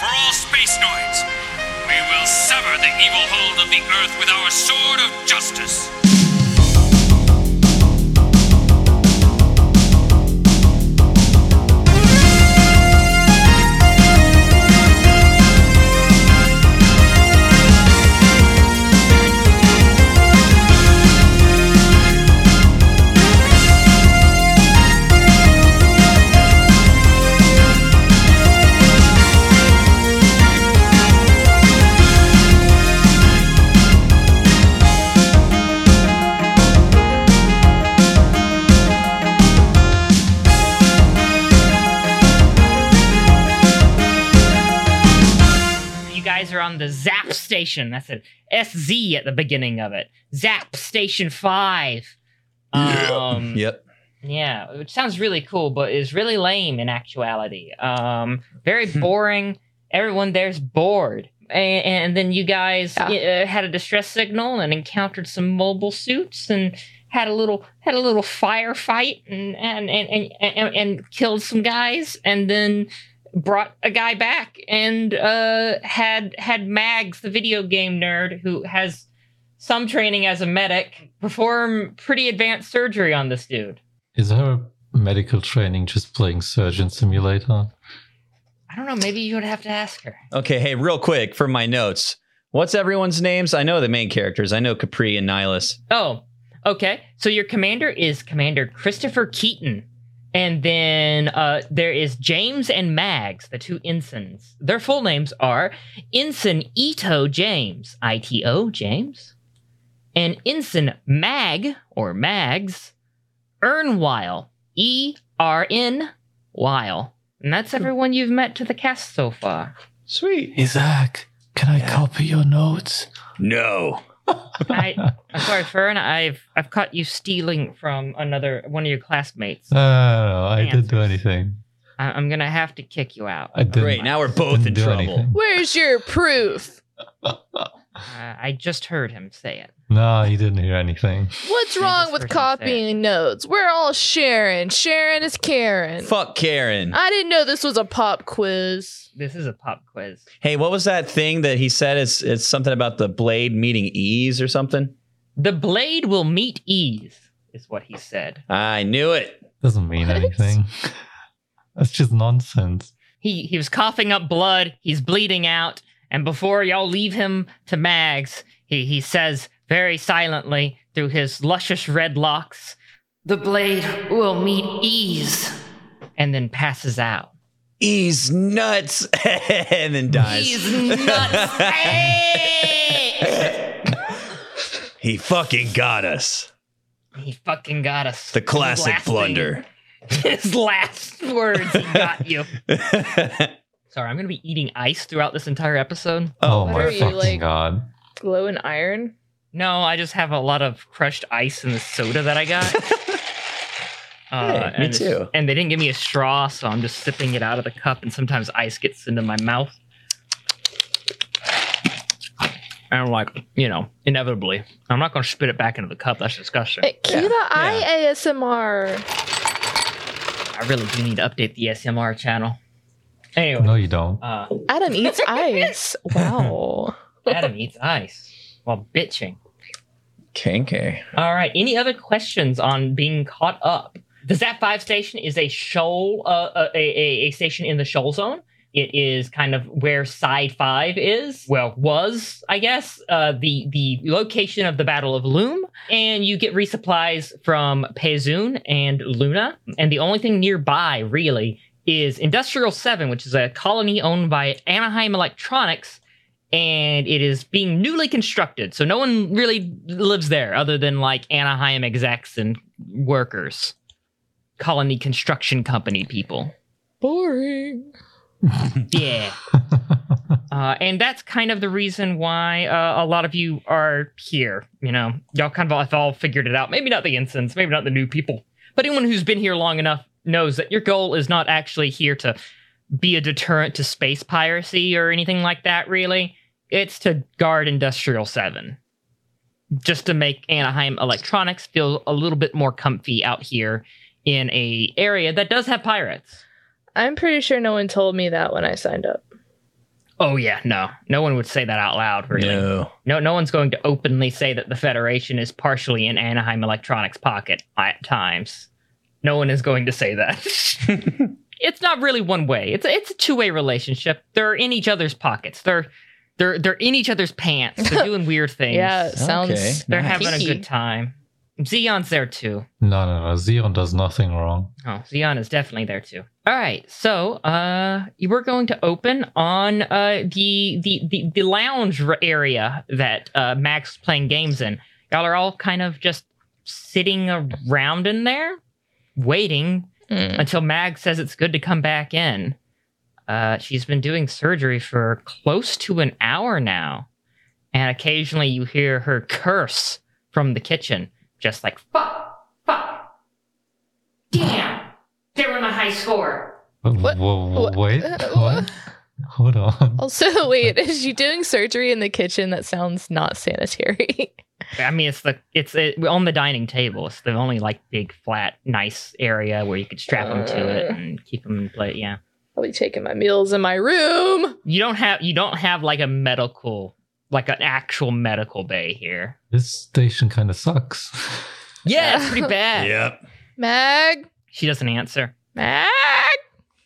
for all space noids. We will sever the evil hold of the Earth with our sword of justice. You guys are on the Zap Station. That's it. SZ at the beginning of it. Zap Station 5. Um, Yep. Yeah, which sounds really cool, but is really lame in actuality. Um, very boring. Everyone there's bored. And, and then you guys uh, had a distress signal and encountered some mobile suits and had a little had a little firefight and and and and, and, and killed some guys and then brought a guy back and uh, had had Mags, the video game nerd who has some training as a medic, perform pretty advanced surgery on this dude. Is there a medical training just playing surgeon simulator? I don't know. Maybe you would have to ask her. Okay, hey, real quick for my notes. What's everyone's names? I know the main characters. I know Capri and Nihilus. Oh, okay. So your commander is Commander Christopher Keaton. And then uh, there is James and Mags, the two ensigns. Their full names are Ensign Ito James, I T O James, and Ensign Mag, or Mags, Ernwile, E R N Weil. And that's everyone you've met to the cast so far. Sweet. Isaac, can I copy your notes? No. I, I'm sorry, Fern. I've I've caught you stealing from another one of your classmates. No, no, no, I didn't do Answers. anything. I, I'm gonna have to kick you out. I didn't. Great. Now we're both didn't in do trouble. anything. Where's your proof? Uh, I just heard him say it. No, you didn't hear anything. What's Maybe wrong this with person's there. copying notes? We're all sharing. Sharon is Karen. Fuck Karen. I didn't know this was a pop quiz. This is a pop quiz. Hey, what was that thing that he said? It's it's something about the blade meeting ease or something. The blade will meet ease, is what he said. I knew it. Doesn't mean What? anything. That's just nonsense. He he was coughing up blood. He's bleeding out. And before y'all leave him to Mags, he he says very silently through his luscious red locks, "The blade will meet ease," and then passes out. Ease nuts and then dies. He's nuts. Hey! He fucking got us. he fucking got us. The classic His last blunder. thing- His last words he got you. oh, Sorry, I'm gonna be eating ice throughout this entire episode. Oh, What my are you, fucking like- god. Glow and iron? No, I just have a lot of crushed ice in the soda that I got. Uh, Hey, me and it's- too. And they didn't give me a straw, so I'm just sipping it out of the cup, and sometimes ice gets into my mouth. And I'm like, you know, inevitably, I'm not gonna spit it back into the cup. That's disgusting. Hey, cue Yeah, the eye yeah. ASMR. I really do need to update the SMR channel. Anyway, No, you don't. uh, Adam eats ice. Wow. Adam eats ice while bitching. Kinky. All right. Any other questions on being caught up? The Zap Five station is a shoal, uh, a, a, a station in the shoal zone. It is kind of where Side Five is. Well, was I guess uh, the the location of the Battle of Loom, and you get resupplies from Pezun and Luna. And the only thing nearby really is Industrial Seven, which is a colony owned by Anaheim Electronics, and it is being newly constructed. So no one really lives there other than like Anaheim execs and workers, colony construction company people. Boring. Yeah. uh, and that's kind of the reason why uh, a lot of you are here. You know, y'all kind of have all figured it out. Maybe not the ensigns, maybe not the new people, but anyone who's been here long enough knows that your goal is not actually here to be a deterrent to space piracy or anything like that, really. It's to guard Industrial 7. Just to make Anaheim Electronics feel a little bit more comfy out here in a area that does have pirates. I'm pretty sure no one told me that when I signed up. Oh yeah, no, no one would say that out loud. Really, no, No. no, one's going to openly say that the Federation is partially in Anaheim Electronics' pocket at times. No one is going to say that. it's not really one way. It's a, it's a two way relationship. They're in each other's pockets. They're they're they're in each other's pants. They're doing weird things. Yeah, it sounds. Okay. they're nice. having a Kinky. good time. Xeon's there too. No, no, no. Xeon does nothing wrong. Oh, Xeon is definitely there too. All right, so uh, you we're going to open on uh the the the, the lounge r- area that uh Max is playing games in. Y'all are all kind of just sitting around in there, waiting Mm. until Mag says it's good to come back in. Uh, she's been doing surgery for close to an hour now, and occasionally you hear her curse from the kitchen, just like "fuck, fuck, damn, they were my high score." What? Whoa, whoa, What? Wait. What? Hold on. Also, wait, is she doing surgery in the kitchen? That sounds not sanitary. I mean, it's the it's it, on the dining table. It's the only like big, flat, nice area where you could strap them to it and keep them in place. Yeah, I'll be taking my meals in my room. you don't have you don't have like a medical like an actual medical bay here. This station kind of sucks. Yeah, it's pretty bad. Yep. Mag, She doesn't answer. Mag.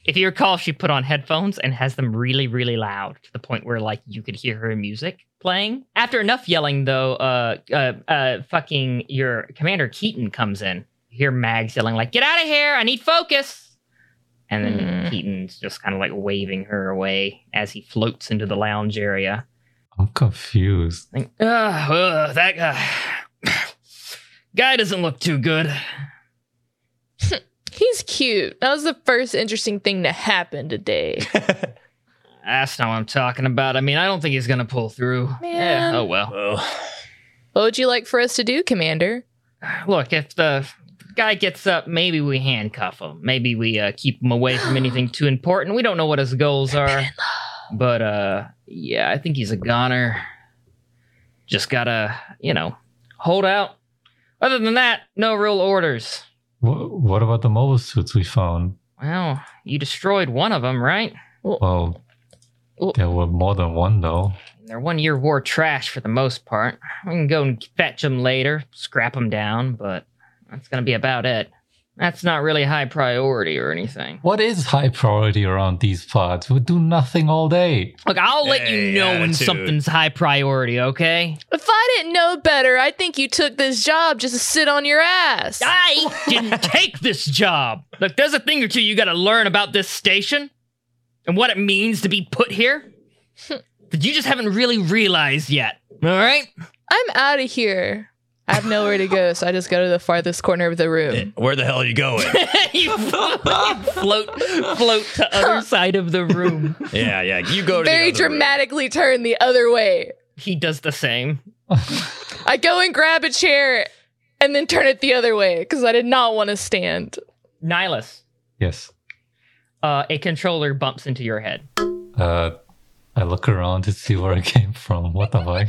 If you recall, she put on headphones and has them really, really loud to the point where like you could hear her music playing. After enough yelling, though, uh, uh, uh, fucking your commander Keaton comes in. You hear Mags yelling like, "Get out of here! I need focus!" And then Mm. Keaton's just kind of like waving her away as he floats into the lounge area. I'm confused. Like, ugh, ugh, that guy. guy doesn't look too good. He's cute. That was the first interesting thing to happen today. That's not what I'm talking about. I mean, I don't think he's gonna pull through. Man. Yeah. Oh well. Oh. What would you like for us to do, Commander? Look, if the guy gets up, maybe we handcuff him. Maybe we uh, keep him away from anything too important. We don't know what his goals are. But uh yeah, I think he's a goner. Just gotta, you know, hold out. Other than that, no real orders. What, what about the mobile suits we found? Well, you destroyed one of them, right? Well, Well- there were more than one, though. They're one year war trash for the most part. We can go and fetch them later, scrap them down, but that's gonna be about it. That's not really high priority or anything. What is high priority around these parts? We do nothing all day. Look, I'll let Hey, you know when attitude. something's high priority, okay? If I didn't know better, I think you took this job just to sit on your ass. I didn't take this job. Look, there's a thing or two you gotta learn about this station and what it means to be put here that you just haven't really realized yet. All right? I'm out of here. I have nowhere to go, so I just go to the farthest corner of the room. Where the hell are you going? you, you float float to other side of the room. yeah, yeah. You go to the Very other room. dramatically turn the other way. He does the same. I go and grab a chair and then turn it the other way because I did not want to stand. Nihilus, Yes. uh, a controller bumps into your head. Uh, I look around to see where I came from. What the fuck?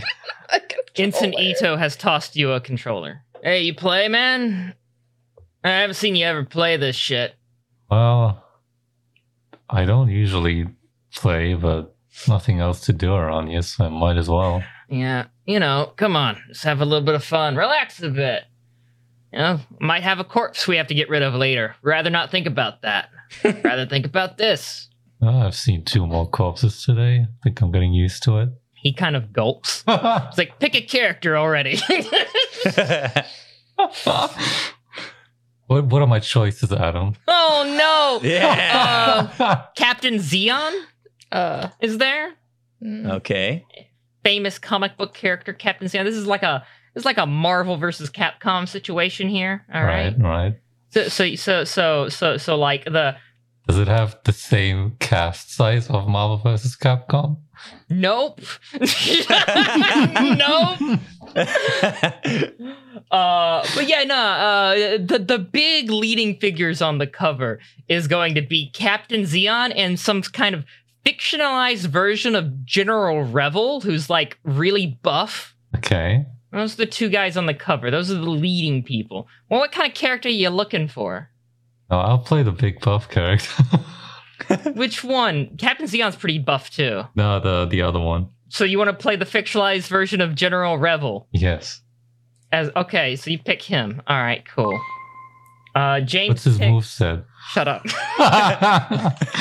Instant Ito has tossed you a controller. Hey, you play, man? I haven't seen you ever play this shit. Well, I don't usually play, but nothing else to do around here, so I might as well. Yeah, you know, come on, just have a little bit of fun, relax a bit. You know, might have a corpse we have to get rid of later. Rather not think about that. Rather think about this. Oh, I've seen two more corpses today. I think I'm getting used to it. He kind of gulps. It's like, pick a character already. what, what are my choices, Adam? oh no! yeah. Uh, Captain Zeon Uh, is there? mm. Oh. okay. famous comic book character Captain Sam. This is like a this is like a Marvel versus Capcom situation here. All right. right, right. So so so so so so like the Does it have the same cast size of Marvel vs. Capcom? nope. nope. Uh but yeah, no, uh the the big leading figures on the cover is going to be Captain Zeon and some kind of fictionalized version of General Revel who's like really buff. Okay. Those are the two guys on the cover. Those are the leading people. Well, what kind of character are you looking for? No, I'll play the big buff character. Which one? Captain Zeon's pretty buff too. No, the the other one. So you want to play the fictionalized version of General Revel? Yes. As okay, so you pick him. All right, cool. Uh, James. What's his pick- move set? Shut up.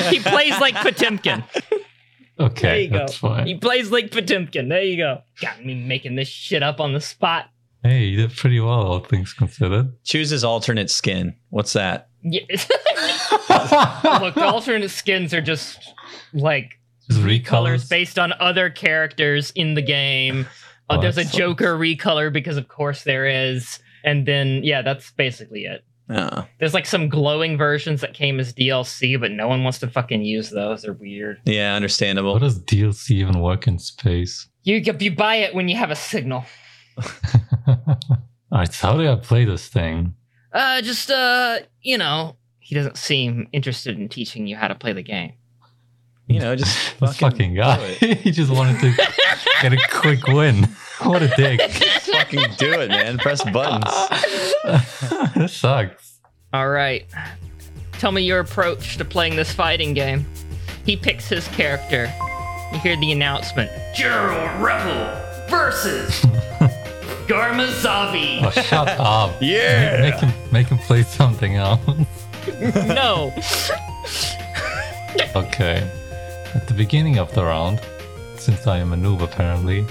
he plays like Potemkin. There okay, you go. that's fine. He plays like Potemkin. There you go. Got me making this shit up on the spot. Hey, you did pretty well, all things considered. Chooses alternate skin. What's that? Yeah. Look, the alternate skins are just like Just recolors. colors based on other characters in the game. Uh, Oh, there's a that sucks. Joker recolor because, of course, there is. And then, yeah, that's basically it. Oh, There's like some glowing versions that came as DLC, but no one wants to fucking use those. They're weird. yeah, understandable. How does DLC even work in space? You you buy it when you have a signal. Alright, so how do I play this thing? Uh, just uh, you know, he doesn't seem interested in teaching you how to play the game. you know, just This fucking fucking do guy. it. he just wanted to get a quick win. What a dick. fucking do it, man. Press buttons. this sucks. All right, tell me your approach to playing this fighting game. He picks his character. You hear the announcement: Gerald Rebel versus Garmazavi. Oh, shut up. Yeah. Make him, make him play something else. no, Okay. At the beginning of the round, since I am a noob apparently,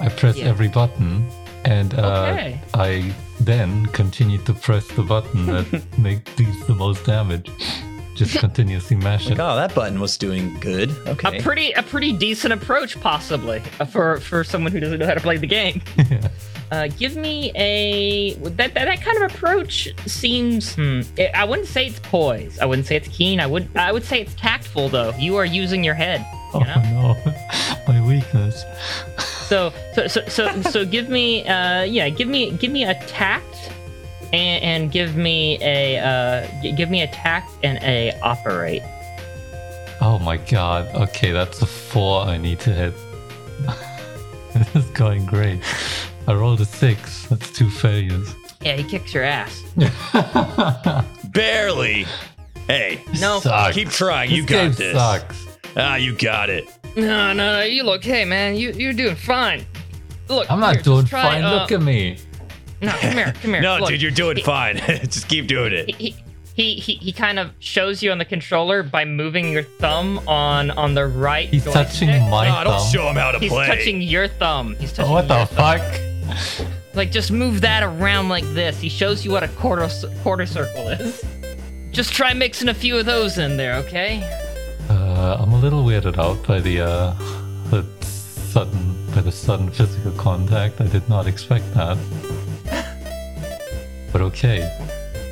I press Yeah. every button and uh, Okay. I then continue to press the button that make deals the most damage. Just continuously mash it. Oh, that button was doing good. Okay. a pretty a pretty decent approach, possibly uh, for for someone who doesn't know how to play the game. Uh, give me a that, that that kind of approach seems. Hmm, I- I wouldn't say it's poise. I wouldn't say it's keen. I would I would say it's tactful though. You are using your head. Oh You know? no, my weakness. So so so so, so give me uh yeah give me give me a tact, and, and give me a uh g- give me a tact and a operate. Oh my god. Okay, that's a four I need to hit. this is going great. I rolled a six. That's two failures. Yeah, he kicks your ass. Barely. Hey, No. Sucks. keep trying. This you got game this. Sucks. Ah, you got it. No, no, you look. Hey, man, you you're doing fine. Look, I'm not here, just doing try, fine. uh, Look at me. no, come here, come here. No, look. dude, you're doing fine. Just keep doing it. he he he he kind of shows you on the controller by moving your thumb on on the right. He's joystick. touching my Ah, don't thumb. show him how to He's play. touching your thumb. He's touching. Oh, what your the thumb. fuck? Like just move that around like this. He shows you what a quarter c- quarter circle is. Just try mixing a few of those in there, okay? Uh, I'm a little weirded out by the uh, the sudden by the sudden physical contact. I did not expect that. But okay,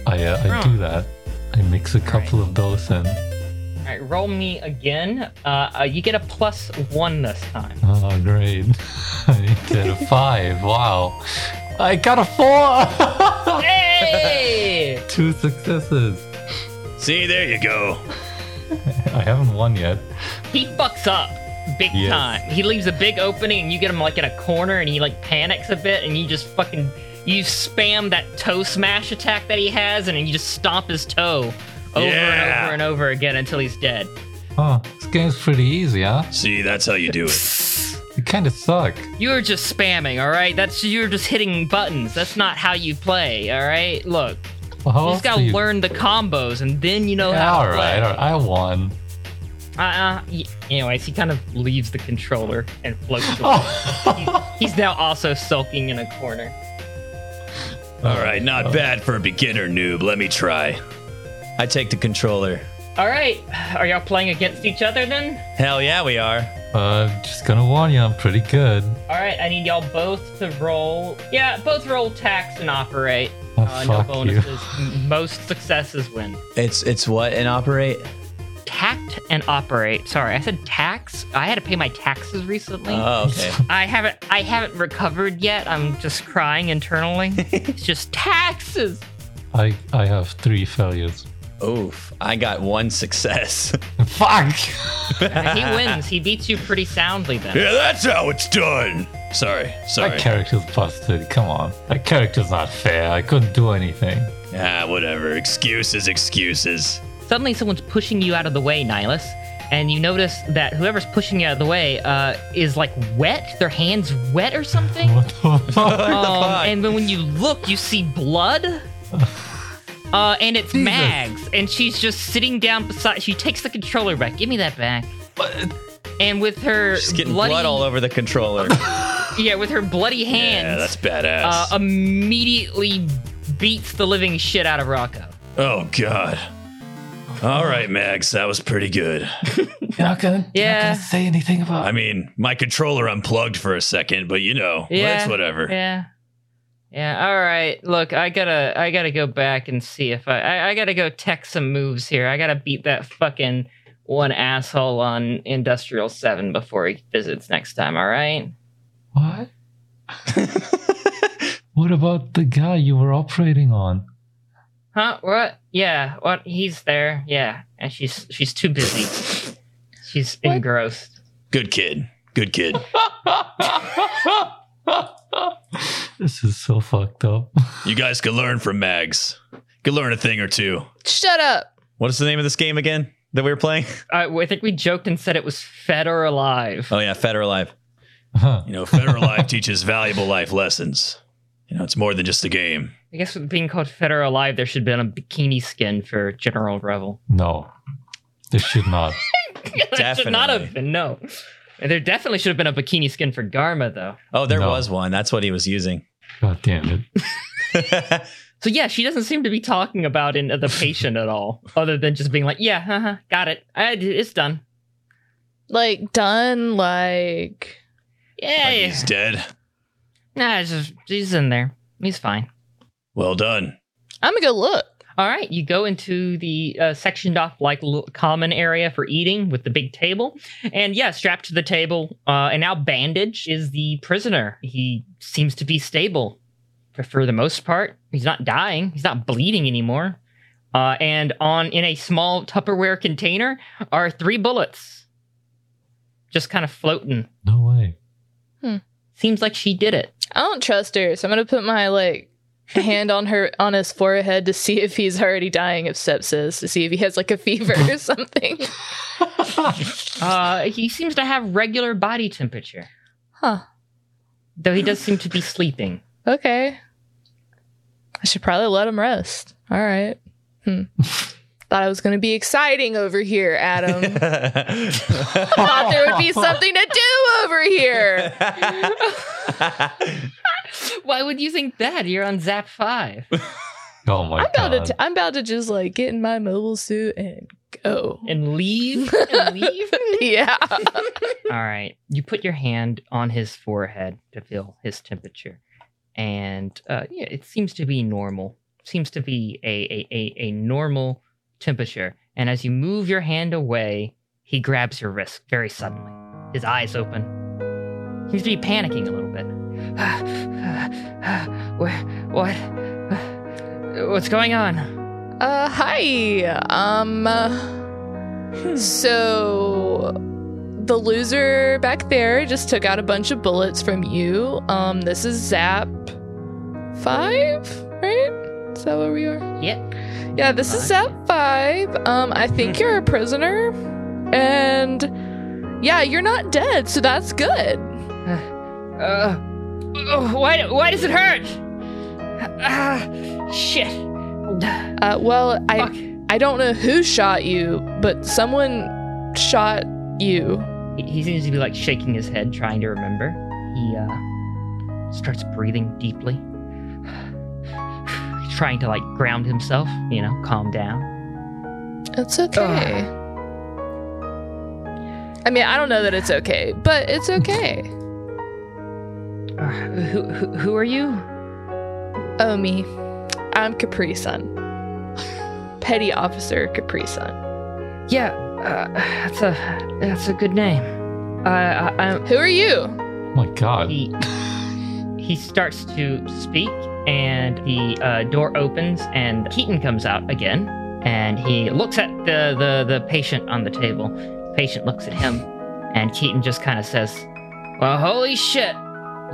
I uh, I do Wrong. that. I mix a couple of those in. All right, roll me again. Uh, uh, you get a plus one this time. Oh great! I did a five. Wow! I got a four. Hey! Two successes. See, there you go. I haven't won yet. he fucks up big Yes. time. He leaves a big opening, and you get him like in a corner, and he like panics a bit, and you just fucking you spam that toe smash attack that he has, and then you just stomp his toe over Yeah. and over and over again until he's dead. Oh, this game's pretty easy, huh? See, that's how you do it. You kind of suck. You're just spamming, all right? That's you're just hitting buttons. That's not how you play, all right? Look, Well, how you else just gotta do you- learn the combos, and then you know Yeah, how. all to play. right, all right, I won. Uh, uh, y- anyways, he kind of leaves the controller and floats away. Oh. He's now also sulking in a corner. All right, not bad for a beginner noob. Let me try. I take the controller. All right, are y'all playing against each other then? Hell yeah, we are. Uh, just gonna warn you, I'm pretty good. All right, I need y'all both to roll. Yeah, both roll tax and operate. Oh, Uh, no fuck you. bonuses. M- Most successes win. It's it's what in operate? Tact and operate. Sorry, I said tax. I had to pay my taxes recently. Oh, okay. I haven't. I haven't recovered yet. I'm just crying internally. it's just taxes. I I have three failures. Oof, I got one success. Fuck. Uh, he wins. He beats you pretty soundly then. Yeah, that's how it's done. Sorry, My sorry. character's busted. Come on, that character's not fair. I couldn't do anything. Ah, whatever. Excuses, excuses. Suddenly, someone's pushing you out of the way, Nihilus, and you notice that whoever's pushing you out of the way uh, is like wet. Their hands wet or something. What the fuck? Um, and then when you look, you see blood. Uh, and it's Jesus. Mags, and she's just sitting down beside. She takes the controller back. Give me that back. And with her She's getting bloody, blood all over the controller. yeah, with her bloody yeah, that's hands, badass. uh, immediately beats the living shit out of Rocco. oh god. All right, Max, that was pretty good. You're not gonna, you're not Yeah. gonna say anything about I mean, my controller unplugged for a second, but you know, Yeah. it's whatever. Yeah. Yeah. All right. Look, I gotta, I gotta go back and see if I, I, I gotta go tech some moves here. I gotta beat that fucking one asshole on Industrial Seven before he visits next time. All right. What? what about the guy you were operating on? Huh? What? Yeah. What? He's there. Yeah. And she's, she's too busy. she's engrossed. Good kid. Good kid. This is so fucked up. You guys could learn from Mags. Could learn a thing or two. Shut up. What is the name of this game again that we were playing? I, I think we joked and said it was fed or alive. Oh yeah, Fed or Alive. Huh. You know, Fed or Alive teaches valuable life lessons. You know, it's more than just a game. I guess with being called fed or alive, there should have been a bikini skin for General Revel. no, this should not. That should not have Definitely. been. No, there definitely should have been a bikini skin for Garma though. Oh, there No. was one. That's what he was using. God damn it. So yeah, she doesn't seem to be talking about in the patient at all, other than just being like, "Yeah, uh-huh, got it. I, it's done. Like done. Like Yeah, Like, yeah. he's dead. nah, it's just he's in there. He's fine. Well done. I'm gonna go look. All right, you go into the uh, sectioned off like l- common area for eating with the big table, and yeah, strapped to the table uh, and now bandaged is the prisoner. He seems to be stable for, for the most part. He's not dying. He's not bleeding anymore. Uh, and on in a small Tupperware container are three bullets, just kind of floating. No way. Seems like she did it. I don't trust her, so I'm gonna put my like hand on her on his forehead to see if he's already dying of sepsis, to see if he has like a fever or something. Uh, he seems to have regular body temperature, Huh. though he does seem to be sleeping. Okay. I should probably let him rest. All right. Hmm. Thought I was gonna be exciting over here, Adam. Thought there would be something to do over here. Why would you think that? You're on Zap 5. Oh my I'm about god. to. T- I'm about to just like get in my mobile suit and go. And leave? And leave? yeah. All right. You put your hand on his forehead to feel his temperature. And uh, yeah, it seems to be normal. Seems to be a, a, a, a normal temperature. And as you move your hand away, he grabs your wrist very suddenly. His eyes open. Seems to be panicking a little bit. Where, what? What's going on? Uh, hi. Um. So, the loser back there just took out a bunch of bullets from you. Um, this is Zap Five, right? Is that where we are? Yeah. Yeah, this is Zap Five. Um, I think you're a prisoner, and yeah, you're not dead, so that's good. Uh, oh, why, why does it hurt? Ah, shit. Uh, well, I Fuck. I don't know who shot you, but someone shot you. He, he seems to be like shaking his head, trying to remember. He uh, starts breathing deeply, trying to like ground himself, you know, calm down. It's okay. I mean, I don't know that it's okay, but it's okay. Uh, who, who, who are you? Oh, me. I'm Capri Sun. Petty Officer Capri Sun. Yeah, uh, that's a that's a good name. Uh, I, I'm Who are you? Oh my god. He he starts to speak, and the uh, door opens, and Keaton comes out again, and he looks at the the the patient on the table. patient looks at him, and Keaton just kind of says, "Well, holy shit!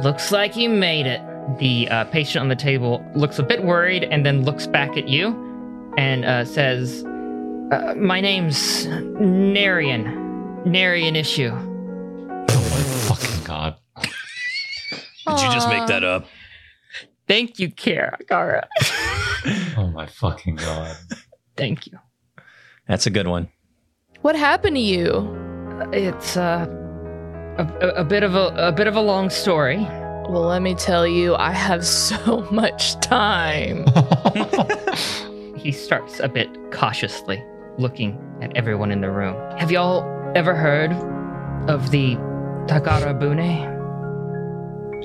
Looks like you made it." The uh, patient on the table looks a bit worried, and then looks back at you, and uh, says, Uh, my name's Narian. Narian Issue. Oh my fucking god. Did you just make that up? Thank you, Kara. Kara. Oh my fucking god. Thank you. That's a good one. What happened to you? It's uh, a, a, a bit of a, a bit of a long story. Well, let me tell you, I have so much time. He starts a bit cautiously, looking at everyone in the room. Have y'all ever heard of the Tagarabune?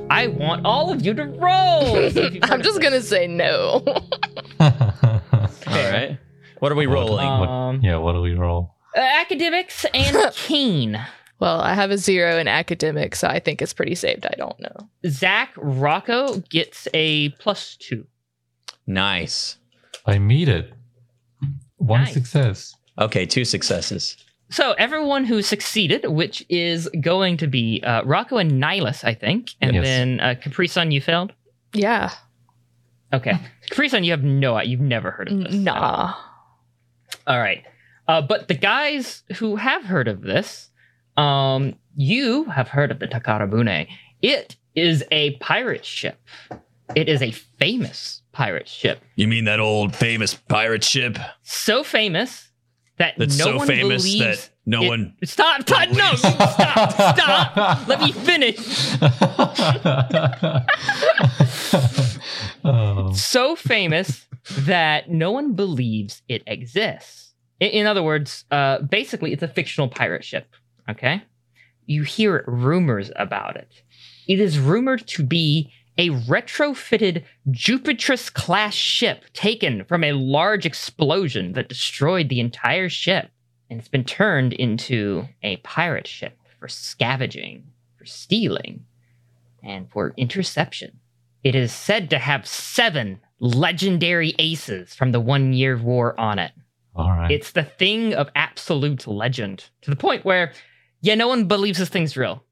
I want all of you to roll. if you've heard I'm of just this. gonna say no. All right. What are we What- rolling? what- Um, yeah, what do we roll? Uh, academics and Keen. well, I have a zero in academics, so I think it's pretty saved. I don't know. Zach Rocco gets a plus two. nice. I meet it. One Nice. success. Okay, two successes. So everyone who succeeded, which is going to be uh, Rocco and Nihilus, I think, and Yes. then uh, Capri Sun, you failed. Yeah. Okay, Capri Sun, you have no, you've never heard of this. Nah. All right. Uh, but the guys who have heard of this, um, you have heard of the Takarabune. It is a pirate ship. It is a famous pirate ship. You mean that old famous pirate ship So famous that that's no so one famous believes that no it- one. Stop! stop no! you- Stop! Stop! Let me finish. Oh. So famous that no one believes it exists. I- In, other words, uh, basically, it's a fictional pirate ship. Okay, you hear rumors about it. It is rumored to be a retrofitted Jupitris class ship taken from a large explosion that destroyed the entire ship, and it's been turned into a pirate ship for scavenging, for stealing, and for interception. It is said to have seven legendary aces from the One Year War on it. All right. It's the thing of absolute legend to the point where, yeah, no one believes this thing's real.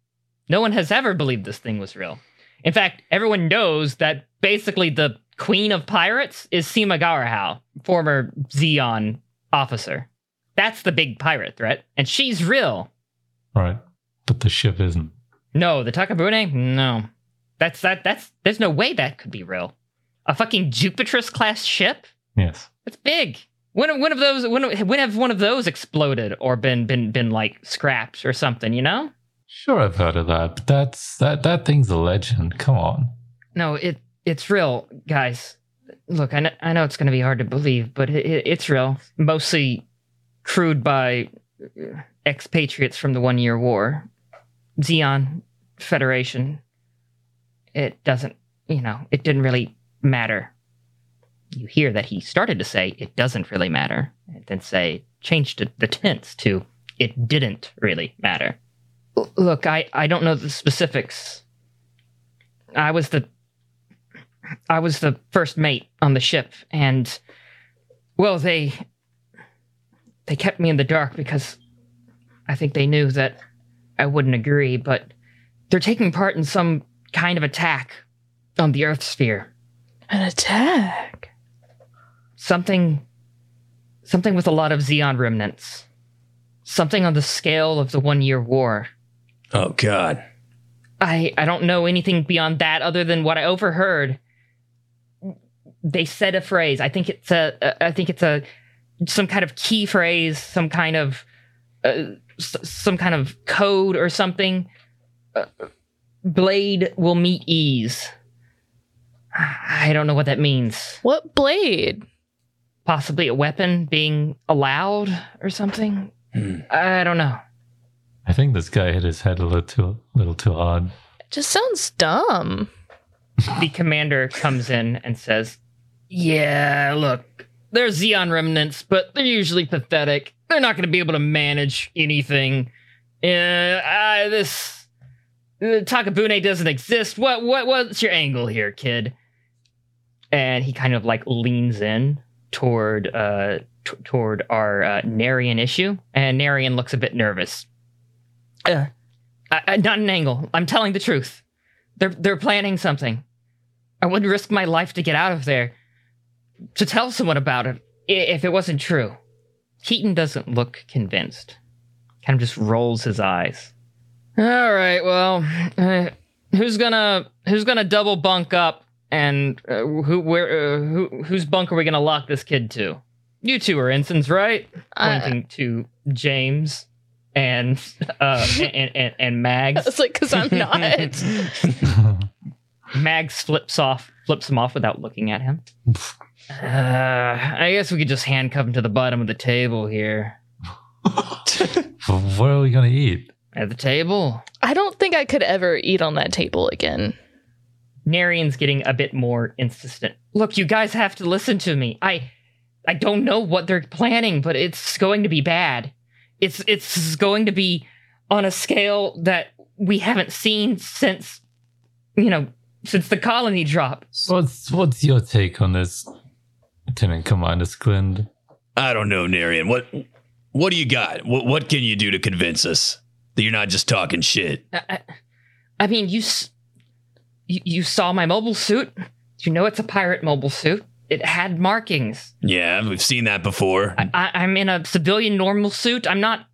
No one has ever believed this thing was real. In fact, everyone knows that basically the queen of pirates is Sima Garahau, former Xeon officer. That's the big pirate threat, and she's real. All right. But the ship isn't. No, the Takabune? No. That's that that's there's no way that could be real. A fucking Jupiter's class ship? Yes. That's big. When when of those when when have one of those exploded or been been been like scrapped or something? You know? Sure, I've heard of that, but that's that that thing's a legend. Come on. No, it it's real, guys. Look, I know, I know it's going to be hard to believe, but it, it, it's real. Mostly crewed by uh, expatriates from the One Year War, Xeon Federation. It doesn't, you know, it didn't really matter. You hear that he started to say it doesn't really matter, and then say changed it- the tense to it didn't really matter. L- Look, I, I don't know the specifics. I was the I was the first mate on the ship and well they they kept me in the dark because I think they knew that I wouldn't agree but they're taking part in some kind of attack on the earth sphere An attack. something something with a lot of xeon remnants something on the scale of the one year war Oh God! I I don't know anything beyond that other than what I overheard. They said a phrase. I think it's a a- I think it's a some kind of key phrase, some kind of uh, s- some kind of code or something. Uh, Blade will meet ease. I don't know what that means. What blade? Possibly a weapon being allowed or something. I don't know. I think this guy hit his head a little too little too hard. Just sounds dumb. the commander comes in and says, Yeah, look, they're Xeon remnants, but they're usually pathetic. They're not going to be able to manage anything. Uh, I, this uh, Takabune doesn't exist. What, what, what's your angle here, kid? And he kind of like leans in toward, uh, t- toward our uh, Narian issue, and Narian looks a bit nervous. Uh, I, I, not an angle. I'm telling the truth. They're they're planning something. I wouldn't risk my life to get out of there to tell someone about it i- if it wasn't true. Keaton doesn't look convinced. Kind of just rolls his eyes. All right, well, uh, who's gonna who's gonna double bunk up, and uh, who where uh, who whose bunk are we gonna lock this kid to? You two are ensigns, right? Uh, Pointing to James and uh and and, and Mags. It's like, because I'm not. Mag slips off, flips him off without looking at him. Uh, I guess we could just handcuff him to the bottom of the table here. what are we gonna eat? At the table, I don't think I could ever eat on that table again. Narian's getting a bit more insistent. Look, you guys have to listen to me. I, I don't know what they're planning, but it's going to be bad. It's it's going to be on a scale that we haven't seen since, you know, since the colony drop. What's what's your take on this, Lieutenant Commander Sklend? I don't know, Narian. What what do you got? What what can you do to convince us that you're not just talking shit? I, I- I mean, you, s- you you saw my mobile suit. You know it's a pirate mobile suit. It had markings. Yeah, we've seen that before. I, I, I'm in a civilian normal suit. I'm not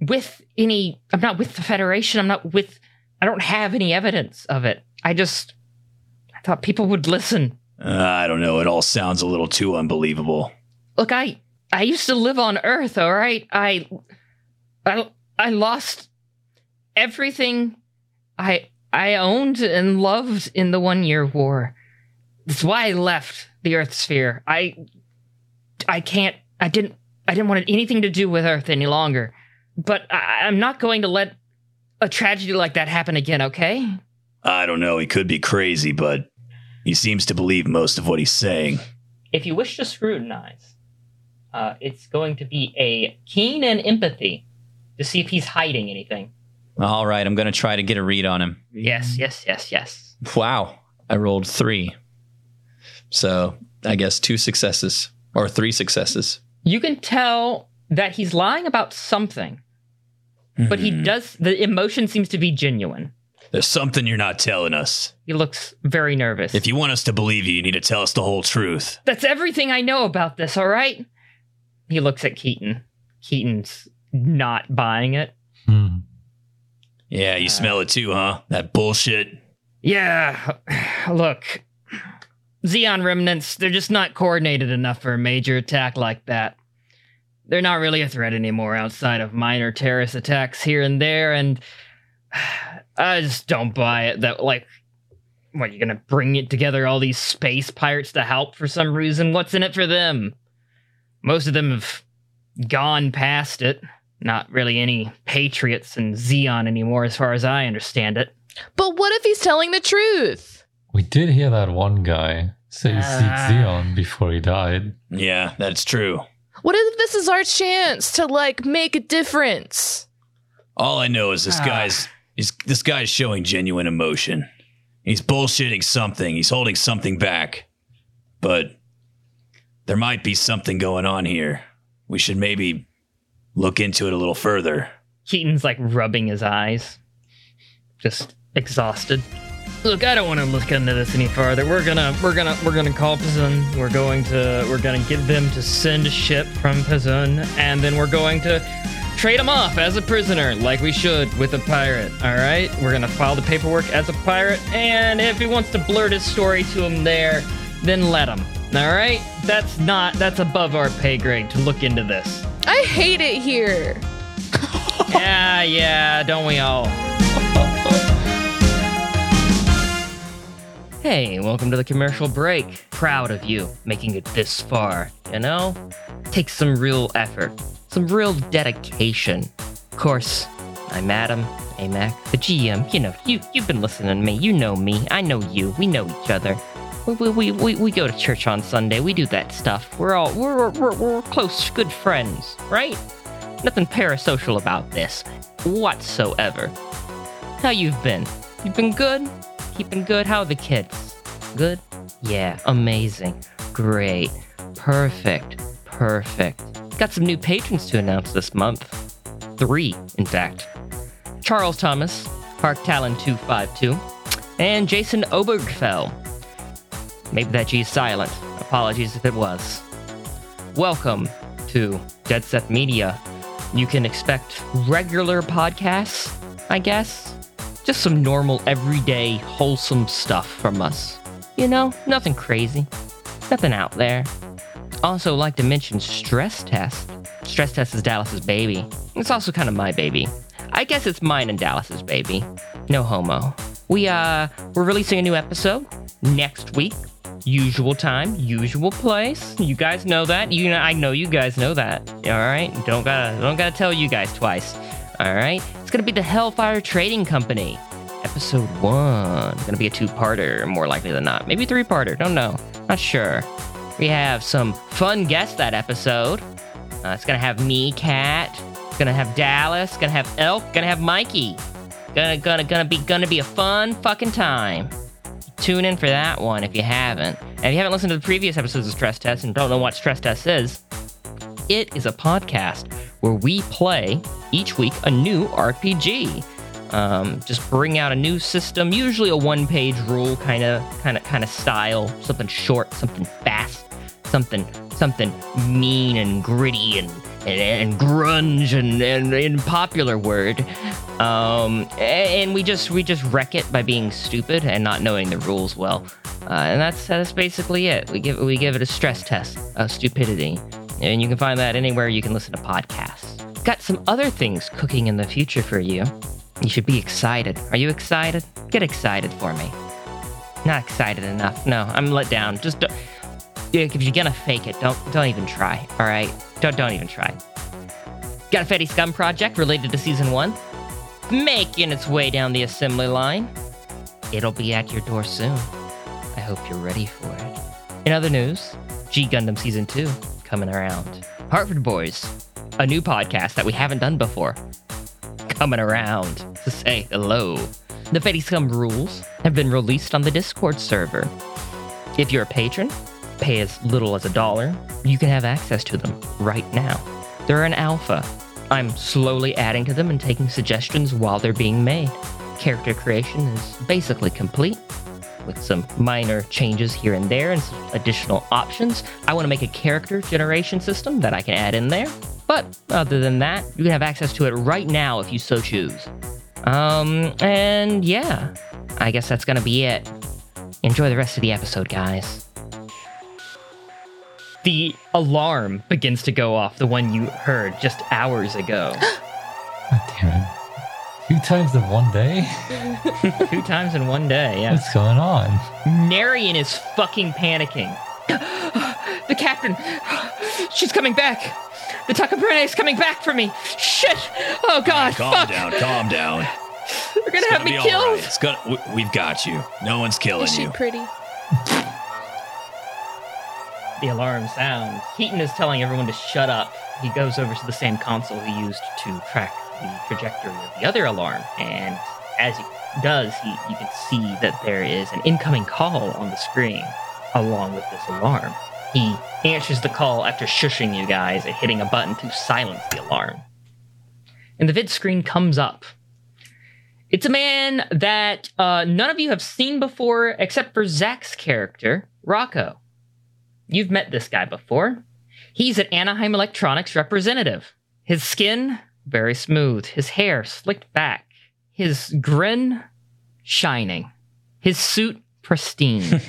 with any. I'm not with the Federation. I'm not with. I don't have any evidence of it. I just. I thought people would listen. Uh, I don't know. It all sounds a little too unbelievable. Look, I I used to live on Earth. All right, I I I lost everything I I owned and loved in the one year war. That's why I left the Earth sphere. I I can't I didn't I didn't want anything to do with Earth any longer. But I, I'm not going to let a tragedy like that happen again, okay? I don't know. He could be crazy, but he seems to believe most of what he's saying. If you wish to scrutinize, uh, it's going to be a keen and empathy to see if he's hiding anything. All right, I'm going to try to get a read on him. Yes, yes, yes, yes. Wow. I rolled three. So I guess two successes or three successes. You can tell that he's lying about something, but he does, the emotion seems to be genuine. Hmm. There's something you're not telling us. He looks very nervous. If you want us to believe you, you need to tell us the whole truth. That's everything I know about this, all right? He looks at Keaton. Keaton's not buying it. Hmm. Yeah, you smell it too, huh? That bullshit. Yeah, look. Xeon remnants, they're just not coordinated enough for a major attack like that. They're not really a threat anymore outside of minor terrorist attacks here and there, and I just don't buy it that, like, what, you're gonna bring it together all these space pirates to help for some reason? What's in it for them? Most of them have gone past it. Not really any patriots in Xeon anymore, as far as I understand it. But what if he's telling the truth? We did hear that one guy say he seek Ah. Zeon before he died. Yeah, that's true. What if this is our chance to like make a difference? All I know is this Ah. guy's is this guy's showing genuine emotion. He's bullshitting something. He's holding something back. But there might be something going on here. We should maybe look into it a little further. Keaton's like rubbing his eyes, just exhausted. Look, I don't want to look into this any further. We're gonna, we're gonna, we're gonna call Pizun. We're going to, we're gonna get them to send a ship from Pizun, and then we're going to trade him off as a prisoner, like we should with a pirate. All right, we're gonna file the paperwork as a pirate, and if he wants to blurt his story to him there, then let him. All right, that's not, that's above our pay grade to look into this. I hate it here. yeah, yeah, don't we all? Hey, welcome to the commercial break. Proud of you making it this far, you know? Takes some real effort, some real dedication. Of course, I'm Adam, AMAC, the GM. You know, you, you've been listening to me. You know me. I know you. We know each other. We, we, we, we, we go to church on Sunday. We do that stuff. We're all, we're, we're, we're, we're close, good friends, right? Nothing parasocial about this whatsoever. How you've been? You've been good? Keeping good? How are the kids? Good? Yeah, amazing. Great. Perfect. Perfect. Got some new patrons to announce this month. Three, in fact. Charles Thomas, Park Talon 252, and Jason Obergfell. Maybe that G's silent. Apologies if it was welcome to to Dead Set Media, you can expect regular podcasts, I guess. Just some normal, everyday, wholesome stuff from us. You know, nothing crazy, nothing out there. Also, like to mention Stress Test. Stress Test is Dallas's baby. It's also kind of my baby. I guess it's mine and Dallas's baby. No homo. We uh, we're releasing a new episode next week. Usual time, usual place. You guys know that. You know, I know you guys know that. All right, don't gotta don't gotta tell you guys twice. All right, it's gonna be the Hellfire Trading Company, episode one. It's gonna be a two-parter, more likely than not. Maybe three-parter. Don't know. Not sure. We have some fun guests that episode. Uh, it's gonna have me, Cat. It's gonna have Dallas. Gonna have Elk. Gonna have Mikey. Gonna gonna gonna be gonna be a fun fucking time. Tune in for that one if you haven't. And if you haven't listened to the previous episodes of Stress Test and don't know what Stress Test is, it is a podcast where we play each week a new RPG. Um, just bring out a new system, usually a one-page rule kind of, kind of, kind of style. Something short, something fast, something, something mean and gritty and and, and grunge and, and and popular word. Um, a- and we just we just wreck it by being stupid and not knowing the rules well. Uh, and that's that's basically it. We give we give it a stress test of stupidity. And you can find that anywhere you can listen to podcasts. Got some other things cooking in the future for you. You should be excited. Are you excited? Get excited for me. Not excited enough. No, I'm let down. Just don't- yeah, if you're gonna fake it, don't don't even try. All right, don't don't even try. Got a Fetty Scum project related to season one, making its way down the assembly line. It'll be at your door soon. I hope you're ready for it. In other news, G Gundam season two coming around. Hartford Boys, a new podcast that we haven't done before coming around to say hello. The Fetty Scum rules have been released on the Discord server. If you're a patron, pay as little as a dollar, you can have access to them right now. They're an alpha. I'm slowly adding to them and taking suggestions while they're being made. Character creation is basically complete with some minor changes here and there and some additional options. I want to make a character generation system that I can add in there. But other than that, you can have access to it right now if you so choose. Um, and yeah, I guess that's going to be it. Enjoy the rest of the episode, guys the alarm begins to go off, the one you heard just hours ago. God damn it. Two times in one day? Two times in one day, yeah. What's going on? Narian is fucking panicking. the captain! She's coming back! The Takabrune is coming back for me! Shit! Oh god, Calm fuck! down, calm down. They're gonna It's have gonna me be all killed! right. It's gonna, we, we've got you. No one's killing Is she you. pretty? The alarm sounds. Heaton is telling everyone to shut up. He goes over to the same console he used to track the trajectory of the other alarm, and as he does, he, you can see that there is an incoming call on the screen along with this alarm. He answers the call after shushing you guys and hitting a button to silence the alarm. And the vid screen comes up. It's a man that uh, none of you have seen before except for Zach's character, Rocco. You've met this guy before. He's an Anaheim Electronics representative. His skin, very smooth. His hair, slicked back. His grin, shining. His suit, pristine.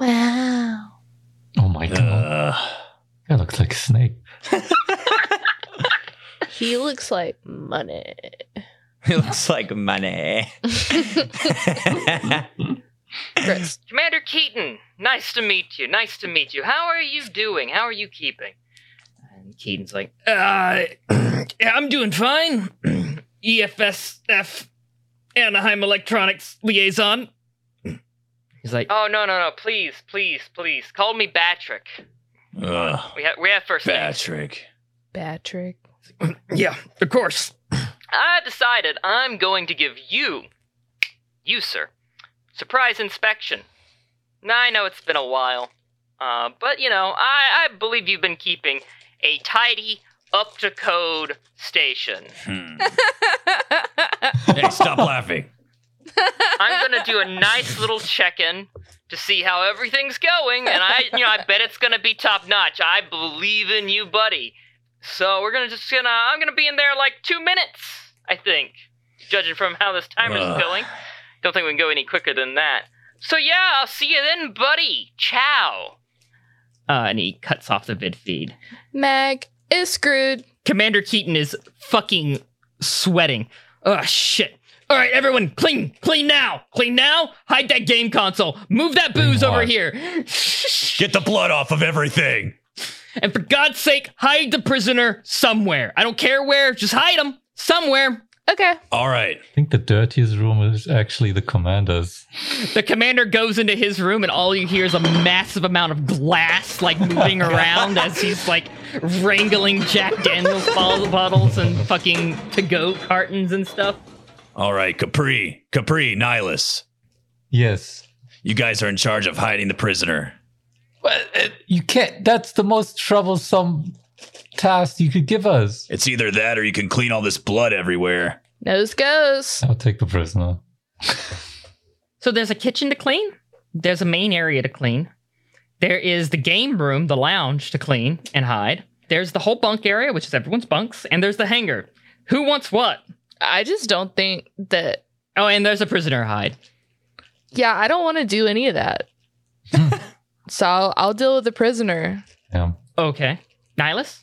Wow. Oh my god. Uh, That looks like a snake. He looks like money. It looks like money. Gross. Commander Keaton, nice to meet you. Nice to meet you. How are you doing? How are you keeping? And Keaton's like, uh, yeah, I'm doing fine. E EFSF Anaheim Electronics liaison. He's like, oh no no no! Please please please call me Batrick. uh, We have we have first Patrick. Patrick. Yeah, of course. I decided I'm going to give you, you sir, surprise inspection. Now I know it's been a while, uh, but you know I, I believe you've been keeping a tidy, up to code station. Hmm. hey, stop laughing. I'm gonna do a nice little check-in to see how everything's going, and I, you know, I bet it's gonna be top notch. I believe in you, buddy. So we're gonna just gonna, I'm gonna be in there like two minutes, I think, judging from how this timer's Ugh. going. Don't think we can go any quicker than that. So yeah, I'll see you then, buddy. Ciao. Uh, and he cuts off the vid feed. Mag is screwed. Commander Keaton is fucking sweating. Oh shit. All right, everyone, clean, clean now, clean now. Hide that game console. Move that booze Clean over what? here. Get the blood off of everything. And for God's sake, hide the prisoner somewhere. I don't care where, just hide him somewhere. Okay. All right. I think the dirtiest room is actually the commander's. The commander goes into his room, and all you hear is a massive amount of glass like moving around as he's like wrangling Jack Daniels bottle- bottles and fucking to go cartons and stuff. All right, Capri, Capri, Nihilus. Yes. You guys are in charge of hiding the prisoner. Well, uh, you can't. That's the most troublesome task you could give us. It's either that or you can clean all this blood everywhere. Nose goes. I'll take the prisoner. So there's a kitchen to clean. There's a main area to clean. There is the game room, the lounge to clean and hide. There's the whole bunk area, which is everyone's bunks, and there's the hangar. Who wants what? I just don't think that. Oh, and there's a prisoner hide. Yeah, I don't want to do any of that. so I'll, I'll deal with the prisoner. Yeah. Okay. Nihilus?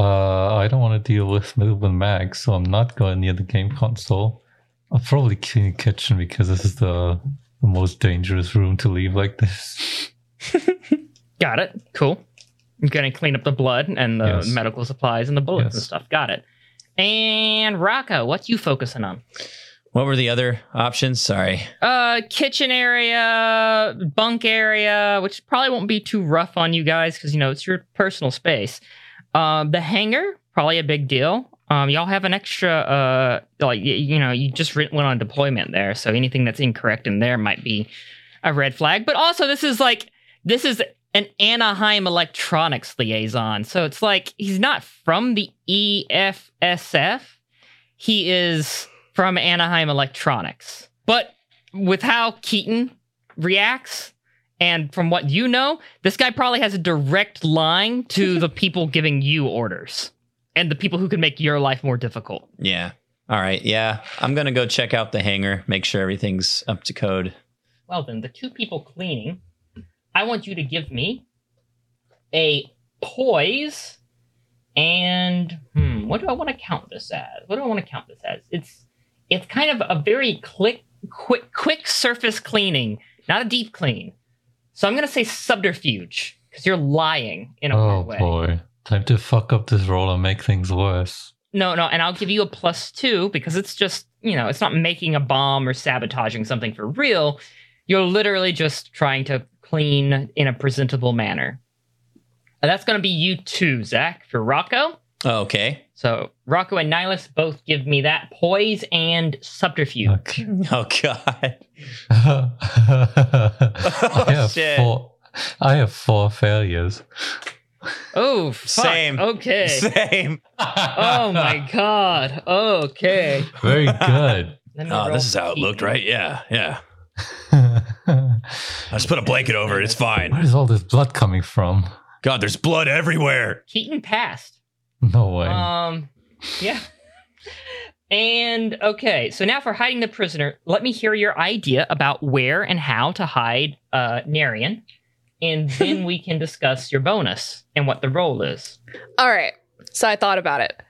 Uh, I don't want to deal with Middleman Mag, so I'm not going near the game console. I'll probably clean the kitchen because this is the, the most dangerous room to leave like this. Got it. Cool. You're going to clean up the blood and the Yes. medical supplies and the bullets and Yes. stuff. Got it. And Rocco, what you focusing on? What were the other options? Sorry. Uh, kitchen area, bunk area, which probably won't be too rough on you guys because you know it's your personal space. Um, the hangar probably a big deal. Um, y'all have an extra uh, like y- you know, you just re- went on deployment there, so anything that's incorrect in there might be a red flag. But also, this is like this is an Anaheim electronics liaison, so it's like he's not from the E EFSF. He is from Anaheim Electronics, but with how Keaton reacts and from what you know, this guy probably has a direct line to the people giving you orders and the people who can make your life more difficult. Yeah. All right. Yeah. I'm going to go check out the hangar, make sure everything's up to code. Well, then, the two people cleaning, I want you to give me a poise and hmm, what do I want to count this as? What do I want to count this as? It's it's kind of a very quick, quick, quick surface cleaning, not a deep clean. So I'm gonna say subterfuge because you're lying in a oh weird way. boy. Time to fuck up this roll and make things worse. No, no, and I'll give you a plus two because it's just, you know, it's not making a bomb or sabotaging something for real. You're literally just trying to clean in a presentable manner. And that's going to be you two, Zach, for Rocco. Oh, Okay. So Rocco and Nihilus both give me that poise and subterfuge. Okay. Oh, God. I, have shit. four, I have four failures. Oh, fuck. Same. Okay. Same. Oh my god. Okay. Very good. Let me Oh, roll this is how it heat. looked, right? Yeah, yeah. Where I just put a blanket over it. It's fine. is all this blood coming from? God, there's blood everywhere. Keaton passed. No way. Um, yeah. and okay, so now for hiding the prisoner, let me hear your idea about where and how to hide uh, Narian, and then we can discuss your bonus and what the role is. All right. So I thought about it.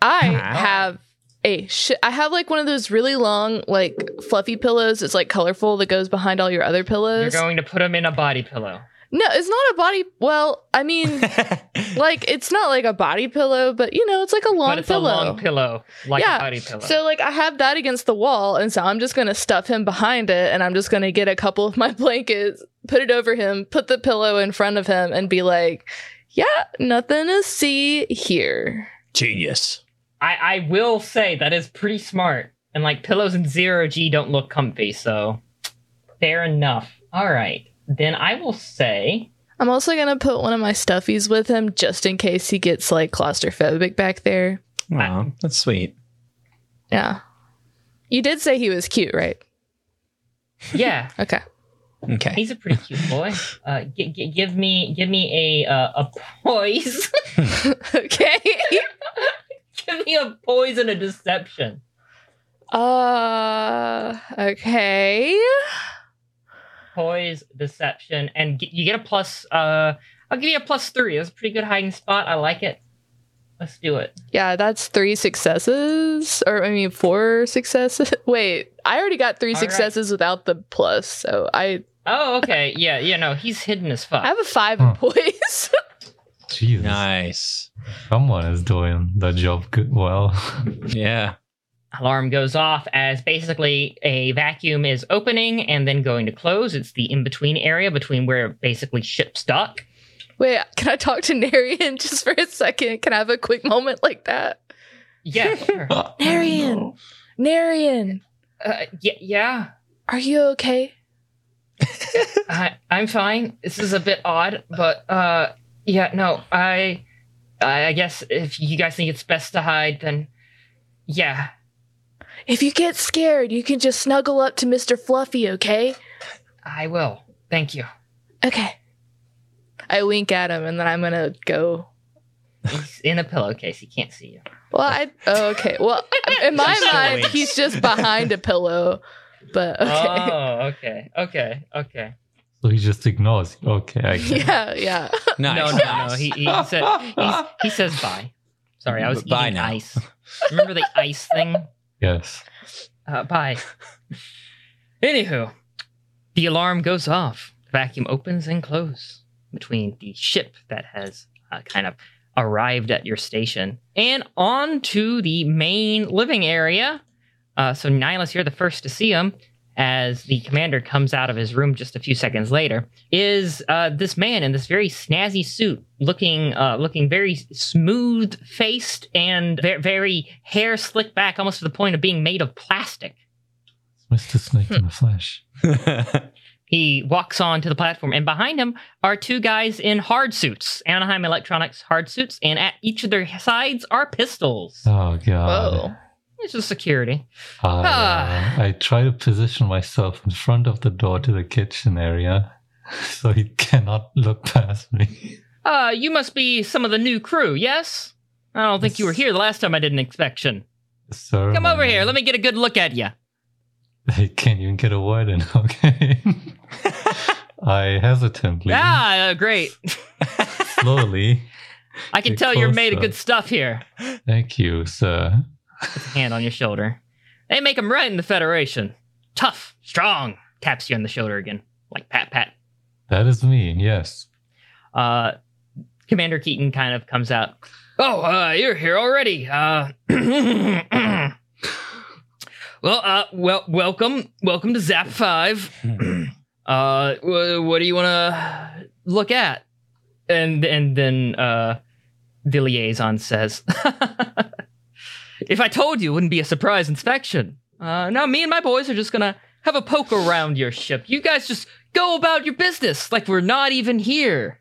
I Wow. have a sh- I have like one of those really long, like fluffy pillows. It's like colorful that goes behind all your other You're pillows. going to put him in a body pillow. no, it's not a body. Well, I mean, like it's not like a body pillow, but you know, it's like a long but it's pillow. a long pillow, like Yeah, a body pillow. So like I have that against the wall, and so I'm just gonna stuff him behind it, and I'm just gonna get a couple of my blankets, put it over him, put the pillow in front of him, and be like, "Yeah, nothing to see here." Genius. I, I will say that is pretty smart. And like pillows in zero G don't look comfy, so fair enough. All right. Then I will say I'm also gonna put one of my stuffies with him just in case he gets like claustrophobic back there. Aw, that's sweet. Yeah, you did say he was cute, right? Yeah. Okay. Okay. He's a pretty cute boy. Uh, g- g- give me, give me a uh, a poise. Okay. give me a poise and a deception. uh, okay. Poise, deception, and g- you get a plus. Uh, I'll give you a plus three. That's a pretty good hiding spot. I like it. Let's do it. Yeah, that's three successes, or I mean, four successes. Wait, I already got three All right. successes without the plus, so I Oh, okay. Yeah, you know he's hidden as fuck. I have a five Huh. in poise. Jesus. Nice. Someone is doing that job good well. Yeah. alarm goes off as basically a vacuum is opening and then going to close. It's the in between area between where basically ships dock. Wait, can I talk to Narian just for a second? Can I have a quick moment like that? Yeah, sure. Narian, Narian, uh, yeah, yeah. are you okay? I, I'm fine. This is a bit odd, but uh, yeah, no, I, I I guess if you guys think it's best to hide, then yeah, If you get scared, you can just snuggle up to Mr. Fluffy, okay? I will. Thank you. Okay. I wink at him and then I'm gonna go. He's in a pillowcase. He can't see you. Well, I. Oh, okay. Well, in my Just mind, winks. he's just behind a pillow, but okay. Oh, okay, okay, okay. so he just ignores. you. Okay, I get it. Yeah, yeah. Nice. No, no, no. He, he said he's, he says bye. Sorry, I was Bye eating now. ice. Remember the ice thing? Yes. Uh, bye. Anywho, the alarm goes off. The vacuum opens and closes between the ship that has uh, kind of arrived at your station and on to the main living area. Uh, so Nihilus, you're the first to see him as the commander comes out of his room just a few seconds later. Is uh, this man in this very snazzy suit, looking uh, looking very smooth faced and ve- very hair slicked back, almost to the point of being made of plastic. Mr. Snake in the Flash. He walks onto the platform, and behind him are two guys in hard suits, Anaheim Electronics hard suits, and at each of their sides are pistols. Oh, God. Whoa. It's just security. I, Ah. uh, I try to position myself in front of the door to the kitchen area so he cannot look past me. Uh, you must be some of the new crew, yes? I don't think you were here the last time I did an inspection. Sir, Come my over here. name- Let me get a good look at you. They can't even get a word in. Okay. I hesitantly, Ah, uh, great. slowly. I can Get tell you're made of closer. good stuff here. Thank you, sir. Hand on your shoulder. They make 'em right in the Federation. Tough, strong. Taps you on the shoulder again, like pat pat. That is me. Yes. Uh, Commander Keaton kind of comes out. Oh, uh, you're here already. Uh, well, uh, well, welcome, welcome to Zap Five. uh, wh- what do you want to look at? And and then uh, the liaison says, "If I told you, it wouldn't be a surprise inspection. Uh, now me and my boys are just gonna have a poke around your ship. You guys just go about your business like we're not even here.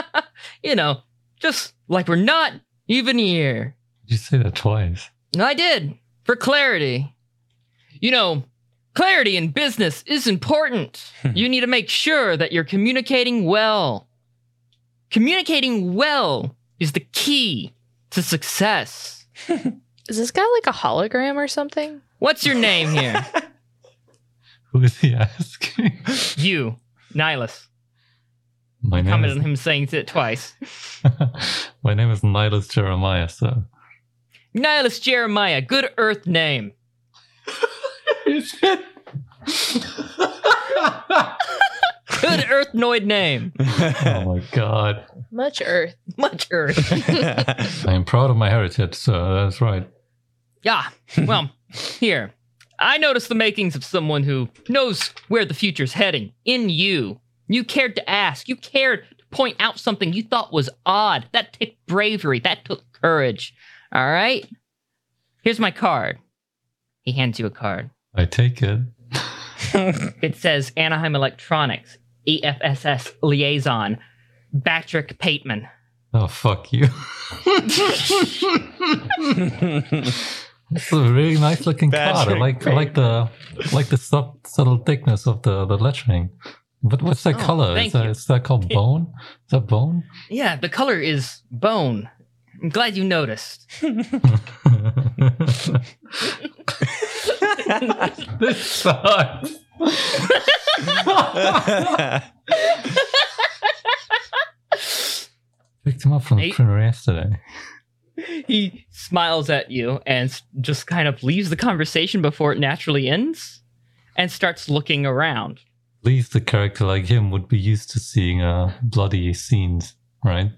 you know, just like we're not even here." You say that twice. No, I did. For clarity. You know, clarity in business is important. you need to make sure that you're communicating well. Communicating well is the key to success. Is this guy like a hologram or something? What's your name here? Who is he asking? you, Nihilus. My name, Commented is, on him saying it twice. my name is Nihilus Jeremiah, sir. Nihilus Jeremiah, good earth name. Good earthnoid name. Oh my god. Much Earth. Much earth. I am proud of my heritage, sir. That's right. Yeah. Well, here. I noticed the makings of someone who knows where the future's heading in you. You cared to ask. You cared to point out something you thought was odd. That took bravery. That took courage. All right? Here's my card. He hands you a card. I take it. It says Anaheim Electronics, E EFSS liaison, Patrick Pateman. Oh, fuck you. It's a really nice looking card. I Patrick like I like the I like the sub, subtle thickness of the, the lettering. But what's that Oh, color? thank Is that, you. is that called bone? Is that bone? Yeah, the color is bone. I'm glad you noticed. this sucks. Picked him up from the Eight. printer yesterday. He smiles at you and s- just kind of leaves the conversation before it naturally ends and starts looking around. At least a character like him would be used to seeing uh, bloody scenes, right?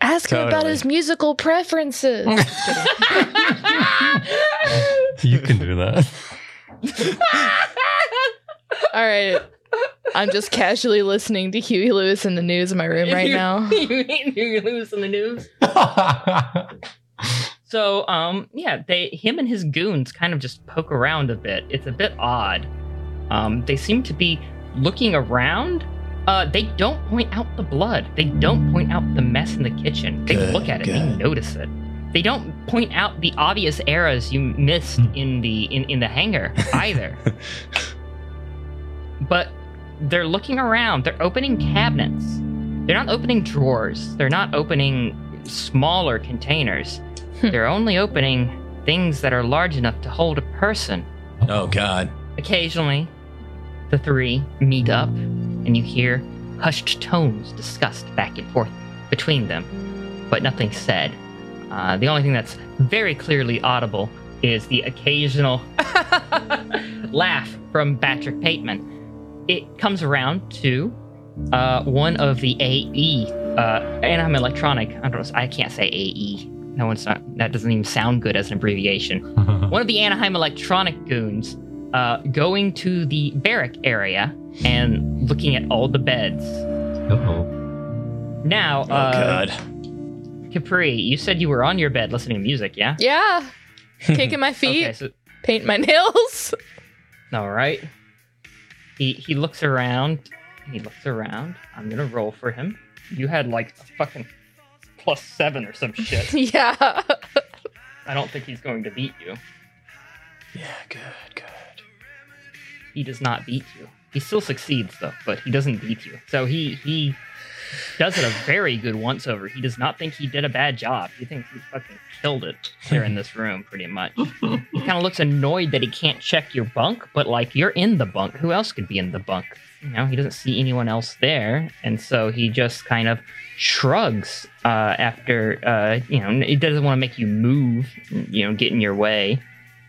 Ask him about Totally. his musical preferences. You can do that. All right. I'm just casually listening to Huey Lewis in the news in my room right You- now. you mean you lose in the news? So, um, yeah, they him and his goons kind of just poke around a bit. It's a bit odd. Um, they seem to be looking around. Uh, they don't point out the blood. They don't point out the mess in the kitchen. They Good, look at it. They good. notice it. They don't point out the obvious errors you missed Hmm. in the in, in the hangar either. but they're looking around. They're opening cabinets. They're not opening drawers. They're not opening smaller containers. Hmm. They're only opening things that are large enough to hold a person. Oh God. Occasionally, the three meet up, and you hear hushed tones discussed back and forth between them, but nothing said. Uh, the only thing that's very clearly audible is the occasional laugh from Patrick Pateman. It comes around to uh, one of the AE, uh, and I'm electronic. I, don't, I can't say AE. No one's not. That doesn't even sound good as an abbreviation one of the Anaheim electronic goons uh, going to the barrack area and looking at all the beds. Uh-oh. Now, Oh uh, God. Capri, you said you were on your bed listening to music, yeah? Yeah. Kicking my feet, Okay, so paint my nails. all right. He he looks around. He looks around. I'm gonna roll for him. You had like a fucking plus seven or some shit. yeah. I don't think he's going to beat you. Yeah. Good. Good. he does not beat you. He still succeeds though, but he doesn't beat you. So he he does it a very good once over. He does not think he did a bad job. He thinks he fucking killed it here in this room, pretty much. He kind of looks annoyed that he can't check your bunk, but like you're in the bunk. Who else could be in the bunk? You know, he doesn't see anyone else there, and so he just kind of shrugs uh, after uh, you know he doesn't want to make you move, you know, get in your way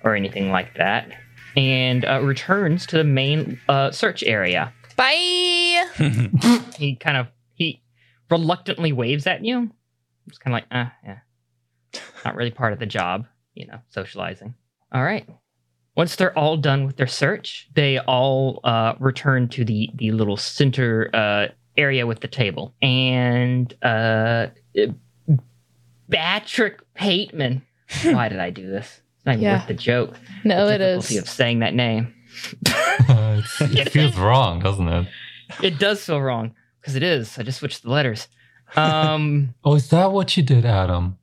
or anything like that and uh, returns to the main uh, search area. Bye. He kind of he reluctantly waves at you. It's kind of like, uh, yeah, not really part of the job, you know, socializing. All right. Once they're all done with their search, they all uh, return to the the little center uh, area with the table, and uh, Patrick Pateman. Why did I do this? It's not even Yeah. worth the joke. No, the it difficulty is. of saying that name. It's- it feels wrong, doesn't it? It does feel wrong because it is. I just switched the letters. Um, Oh, is that what you did, Adam?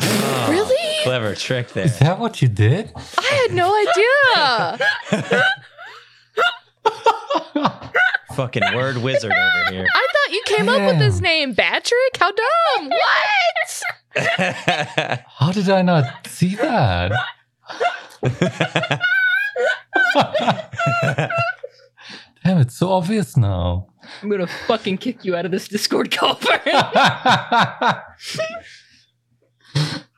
Oh, Really? Clever trick there. Is that what you did? I had no idea. Fucking word wizard over here. I thought you came up with Yeah. this name, Patrick. How dumb. What? How did I not see that? Damn, it's so obvious now. I'm gonna fucking kick you out of this Discord call. Vern.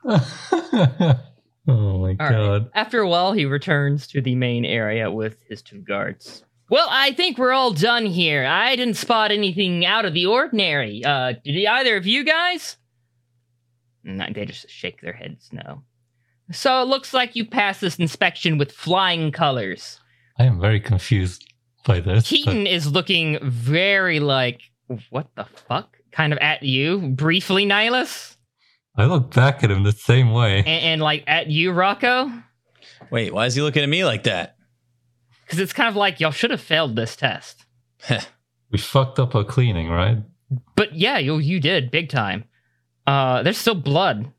oh my All right. god. After a while, he returns to the main area with his two guards. Well, I think we're all done here. I didn't spot anything out of the ordinary. Uh, did either of you guys? No, they just shake their heads no. So it looks like you passed this inspection with flying colors. I am very confused by this. but- Keaton is looking very like, what the fuck? Kind of at you, briefly, Nihilus, I look back at him the same and, way. and like at you, Rocco. Wait, why is he looking at me like that? Because it's kind of like, y'all should have failed this test. We fucked up our cleaning, right? But yeah, you, you did, big time. Uh, there's still blood.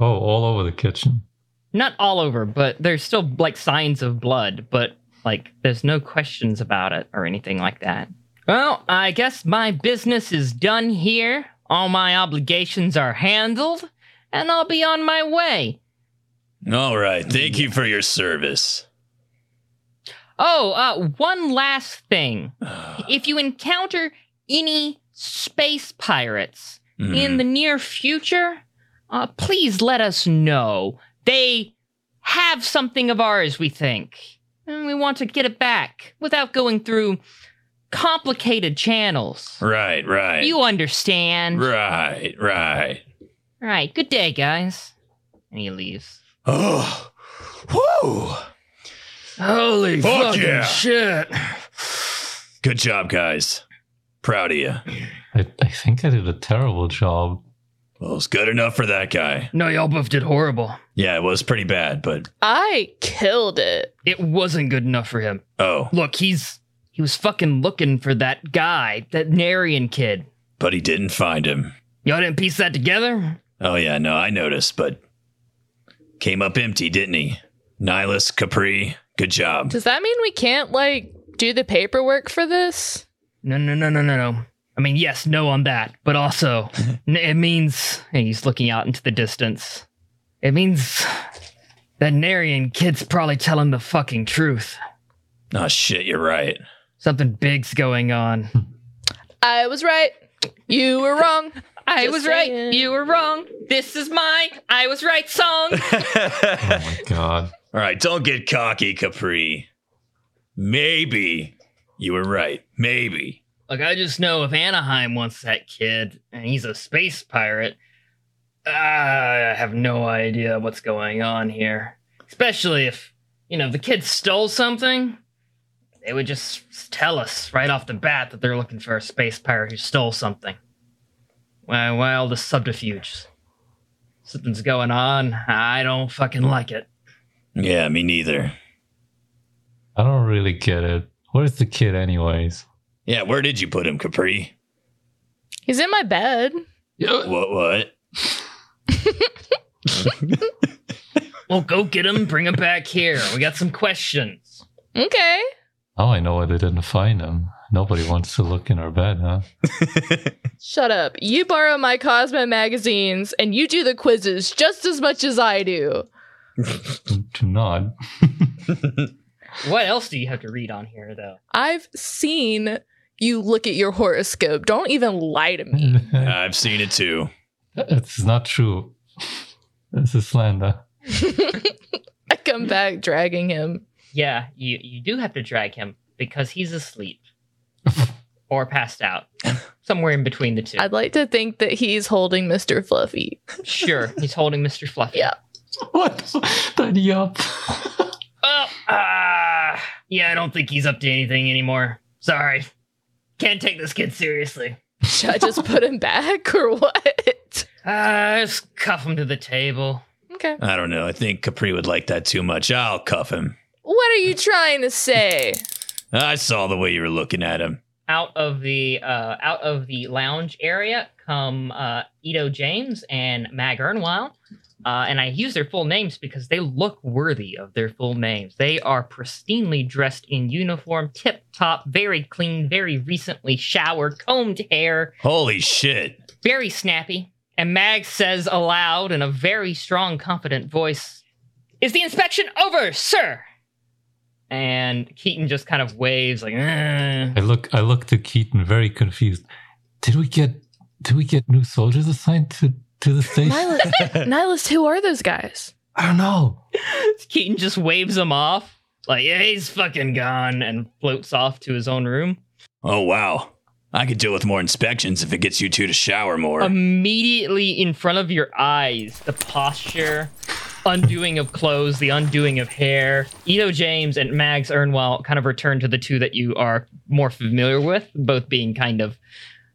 Oh, all over the kitchen. Not all over, but there's still like signs of blood, but Like, there's no questions about it or anything like that. Well, I guess my business is done here. All my obligations are handled, and I'll be on my way. All right. Thank you for your service. Oh, uh, one last thing. If you encounter any space pirates Hmm. Mm. in the near future, uh, please let us know. They have something of ours, we think, and we want to get it back without going through complicated channels. Right, right. You understand. right, right. All right, good day, guys. And he leaves. Oh. Whoa. Holy Fuck fucking yeah. shit. Good job, guys. Proud of you. I, I think I did a terrible job. Well, it's good enough for that guy. No, y'all both did horrible. Yeah, it was pretty bad, but I killed it. It wasn't good enough for him. oh, Look, he's he was fucking looking for that guy, that Narian kid. but he didn't find him. Y'all didn't piece that together? Oh yeah, no, I noticed, but came up empty, didn't he? Nihilus Capri, good job. Does that mean we can't like do the paperwork for this? No, no, no, no, no, no. I mean, yes, no on that, but also n- it means and he's looking out into the distance. It means that Narian kid's probably telling the fucking truth. Oh shit, you're right. Something big's going on. I was right. You were wrong. I Just was saying. right. You were wrong. This is my I was right song. Oh my god. All right, don't get cocky, Capri. Maybe you were right. Maybe. Like I just know if Anaheim wants that kid and he's a space pirate, I have no idea what's going on here. Especially if, you know, if the kid stole something, they would just tell us right off the bat that they're looking for a space pirate who stole something. Why, why all the subterfuge? Something's going on. I don't fucking like it. Yeah, me neither. I don't really get it. Where's the kid, anyways? Yeah, where did you put him, Capri? He's in my bed. What what? Well, go get him, bring him back here. We got some questions. Okay. Now I know why they didn't find him. Nobody wants to look in our bed, huh? Shut up. You borrow my Cosmo magazines and you do the quizzes just as much as I do. Do not. what else do you have to read on here, though? I've seen you look at your horoscope. Don't even lie to Mm. me. I've seen it too. it's not true. This is slander. I come back dragging him. Yeah, you you do have to drag him because he's asleep or passed out, somewhere in between the two. I'd like to think that he's holding Mr. Fluffy. Sure, he's holding Mr. Fluffy. Yeah. What? Tidy up. Oh, ah, yeah, I don't think he's up to anything anymore. Sorry. Can't take this kid seriously. Should I just put him back or what? Ah, just cuff him to the table. Okay. I don't know. I think Capri would like that too much. I'll cuff him. What are you trying to say? I saw the way you were looking at him. Out of the uh, out of the lounge area come uh, Ito James and Mag Ernwild, uh, and I use their full names because they look worthy of their full names. They are pristinely dressed in uniform, tip top, very clean, very recently showered, combed hair. Holy shit. very snappy. And Mag says aloud in a very strong, confident voice, Is the inspection over, sir? And Keaton just kind of waves, like, "Eh." I look. I look to Keaton, very confused. Did we get? Did we get new soldiers assigned to to the station? Nihilus, Nihilus, who are those guys? I don't know. Keaton just waves him off Like, yeah, he's fucking gone. and floats off to his own room. Oh, wow. I could deal with more inspections if it gets you two to shower more. Immediately in front of your eyes, the posture, undoing of clothes, the undoing of hair. Ito James and Mags Ernwell kind of return to the two that you are more familiar with, both being kind of,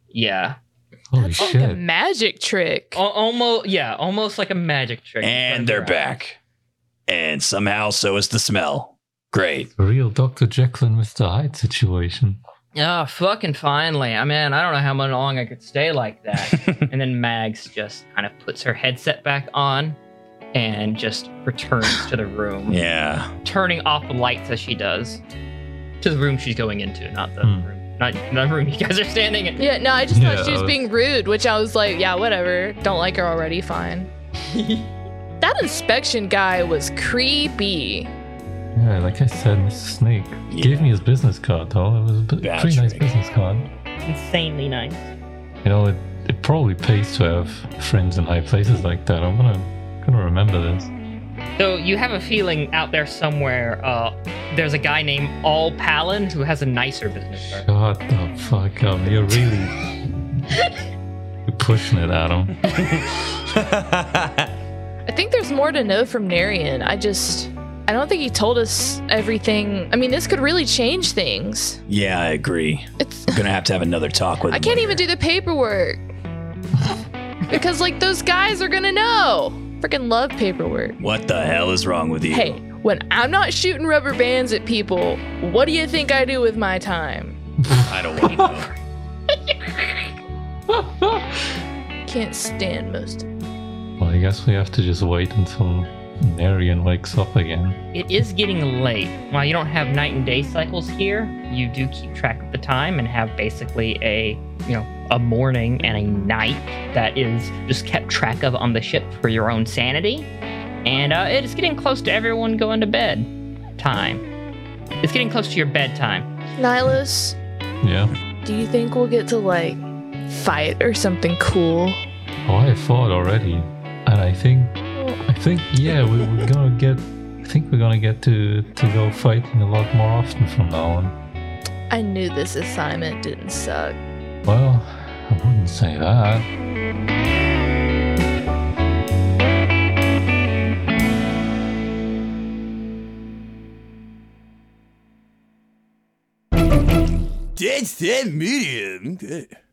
yeah, Holy That's like a shit! magic trick. Oh. almost yeah almost like a magic trick and they're back. And somehow, so is the smell. Great. A real Doctor Jekyll and Mister Hyde situation. oh fucking finally i mean i don't know how much long i could stay like that and then mags just kind of puts her headset back on and just returns to the room, Yeah. turning off the lights as she does. To the room she's going into, not the Hmm. room, not the room you guys are standing in. Yeah, no, I just thought she was Yeah. being rude, which I was like, yeah, whatever. Don't like her already, fine. that inspection guy was creepy. Yeah, like I said, Mr. Snake Yeah. gave me his business card, though. It was a b- Bad pretty nice trick. business card. Insanely nice. You know, it, it probably pays to have friends in high places like that. I'm gonna gonna remember this. So you have a feeling out there somewhere. Uh, there's a guy named All Palin who has a nicer business card. Shut the fuck up. You're really you're pushing it, Adam. I think there's more to know from Narian. I just, I don't think he told us everything. I mean, this could really change things. Yeah, I agree. It's, We're gonna have to have another talk with I him can't e- later. even do the paperwork because like those guys are gonna know. Freaking love paperwork. What the hell is wrong with you? Hey, when I'm not shooting rubber bands at people, what do you think I do with my time? I don't want to know. Can't stand most. of Well, I guess we have to just wait until Narian wakes up again. It is getting late. While you don't have night and day cycles here, you do keep track of the time and have basically a, you know, a morning and a night that is just kept track of on the ship for your own sanity. And uh, it is getting close to everyone going to bed time. It's getting close to your bedtime. Nihilus, Yeah. do you think we'll get to like fight or something cool? Oh, I fought already, and I think, I think, yeah, we, we're gonna get. I think we're gonna get to to go fighting a lot more often from now on. I knew this assignment didn't suck. Well, I wouldn't say that. Dead Set Medium. Good.